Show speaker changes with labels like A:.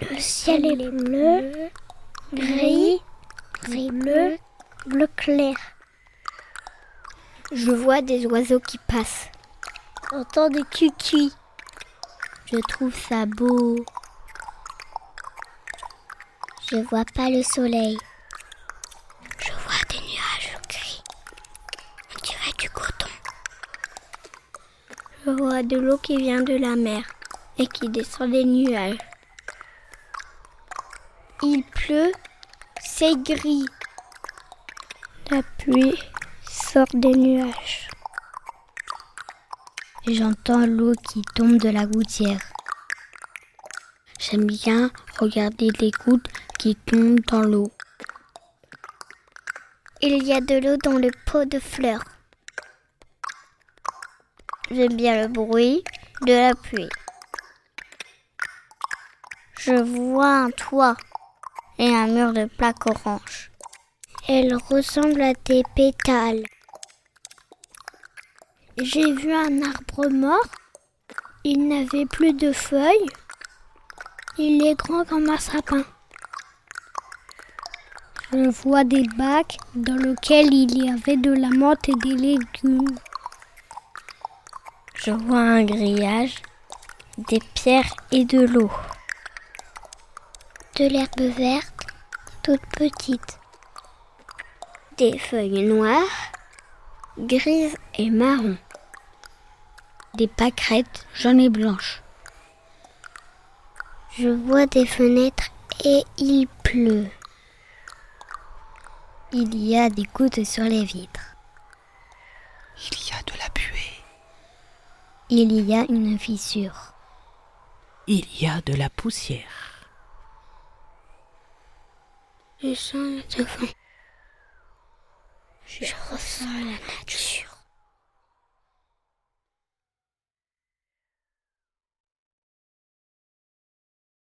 A: Le ciel il est bleu, gris, gris bleu, bleu clair.
B: Je vois des oiseaux qui passent.
A: J'entends des cucuis.
B: Je trouve ça beau. Je vois pas le soleil.
A: Je vois des nuages gris. On dirait du coton.
B: Je vois de l'eau qui vient de la mer et qui descend des nuages. Il pleut, c'est gris.
A: La pluie sort des nuages.
B: J'entends l'eau qui tombe de la gouttière. J'aime bien regarder les gouttes qui tombent dans l'eau. Il y a de l'eau dans le pot de fleurs. J'aime bien le bruit de la pluie. Je vois un toit et un mur de plaque orange. Elle ressemble à des pétales.
A: J'ai vu un arbre mort. Il n'avait plus de feuilles. Il est grand comme un sapin.
B: Je vois des bacs dans lesquels il y avait de la menthe et des légumes. Je vois un grillage, des pierres et de l'eau.
A: De l'herbe verte, toute petite.
B: Des feuilles noires, grises et marron. Des pâquerettes jaunes et blanches. Je vois des fenêtres et il pleut. Il y a des gouttes sur les vitres.
C: Il y a de la buée.
B: Il y a une fissure.
C: Il y a de la poussière.
A: Le sang est devant. Je ressens la nature.